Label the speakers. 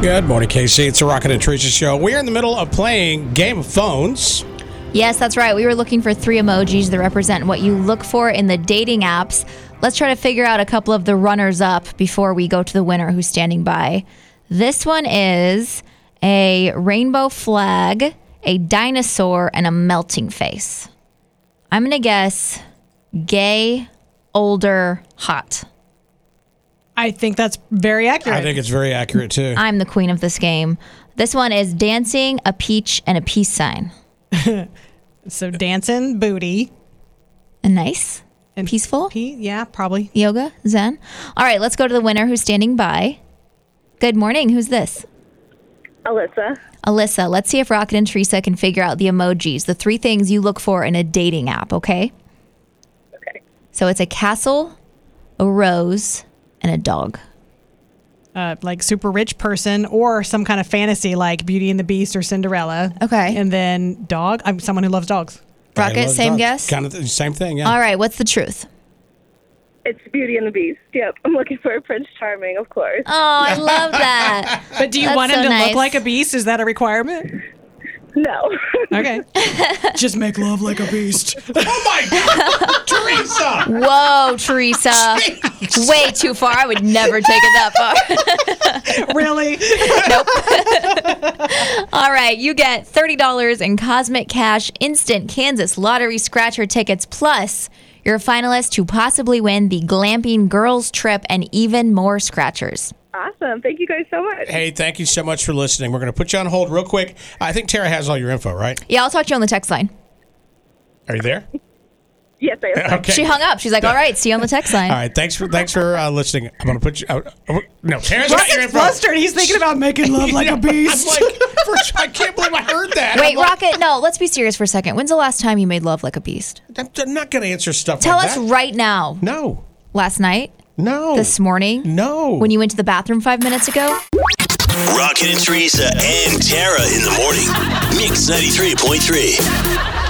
Speaker 1: Good morning, Casey. It's the Rocket and Tricia show. We're in the middle of playing Game of Phones.
Speaker 2: Yes, that's right. We were looking for three emojis that represent what you look for in the dating apps. Let's try to figure out a couple of the runners up before we go to the winner who's standing by. This one is a rainbow flag, a dinosaur, and a melting face. I'm going to guess gay, older, hot.
Speaker 3: I think that's very accurate.
Speaker 1: I think it's very accurate, too.
Speaker 2: I'm the queen of this game. This one is dancing, a peach, and a peace sign.
Speaker 3: so dancing, booty,
Speaker 2: And nice.
Speaker 3: and
Speaker 2: Peaceful?
Speaker 3: Pee, yeah, probably.
Speaker 2: yoga, zen. All right, let's go to the winner who's standing by. Good morning. Who's this?
Speaker 4: Alyssa.
Speaker 2: Alyssa. Let's see if Rocket and Teresa can figure out the emojis, the three things you look for in a dating app, okay?
Speaker 4: Okay.
Speaker 2: So it's a castle, a rose, and a dog.
Speaker 3: Uh, like super rich person or some kind of fantasy like Beauty and the Beast or Cinderella.
Speaker 2: Okay.
Speaker 3: And then dog. I'm someone who loves dogs.
Speaker 1: Brian
Speaker 2: Rocket,
Speaker 1: loves
Speaker 2: same
Speaker 1: dogs.
Speaker 2: guess?
Speaker 1: Kind of the same thing, yeah.
Speaker 2: All right, what's the truth?
Speaker 4: It's Beauty and the Beast. Yep. I'm looking for a Prince Charming, of course.
Speaker 2: Oh, I love that.
Speaker 3: But do you
Speaker 2: That's
Speaker 3: want him
Speaker 2: so
Speaker 3: to
Speaker 2: nice.
Speaker 3: look like a beast? Is that a requirement?
Speaker 4: No.
Speaker 3: Okay. Just make love like a beast.
Speaker 1: Oh, my God, Teresa!
Speaker 2: Whoa, Teresa. Way too far. I would never take it that far.
Speaker 3: really?
Speaker 2: All right, you get $30 in Cosmic Cash instant Kansas Lottery Scratcher tickets, plus you're a finalist to possibly win the Glamping Girls Trip and even more Scratchers.
Speaker 4: awesome. Thank you guys so much.
Speaker 1: Hey, thank you so much for listening. We're going to put you on hold real quick. I think Tara has all your info, right?
Speaker 2: Yeah, I'll talk to you on the text line.
Speaker 1: Are you there?
Speaker 4: Yes, I am.
Speaker 1: Okay.
Speaker 2: She hung up. She's like, all right, see you on the text line.
Speaker 1: all right, thanks for thanks for uh, listening. I'm gonna put you. Uh, uh, no, Tara's got your
Speaker 3: He's
Speaker 1: info.
Speaker 3: flustered. He's thinking about making love like a beast.
Speaker 1: I'm like, first, I can't believe I heard that.
Speaker 2: Wait,
Speaker 1: I'm like,
Speaker 2: Rocket, no, let's be serious for a second. When's the last time you made love like a beast?
Speaker 1: I'm not gonna answer stuff.
Speaker 2: Tell
Speaker 1: like
Speaker 2: us
Speaker 1: that.
Speaker 2: right now.
Speaker 1: No,
Speaker 2: Last night?
Speaker 1: no.
Speaker 2: This morning?
Speaker 1: No.
Speaker 2: When you went to the bathroom five minutes ago?
Speaker 5: Rocket and Teresa and Tara in the morning. Mix 93.3.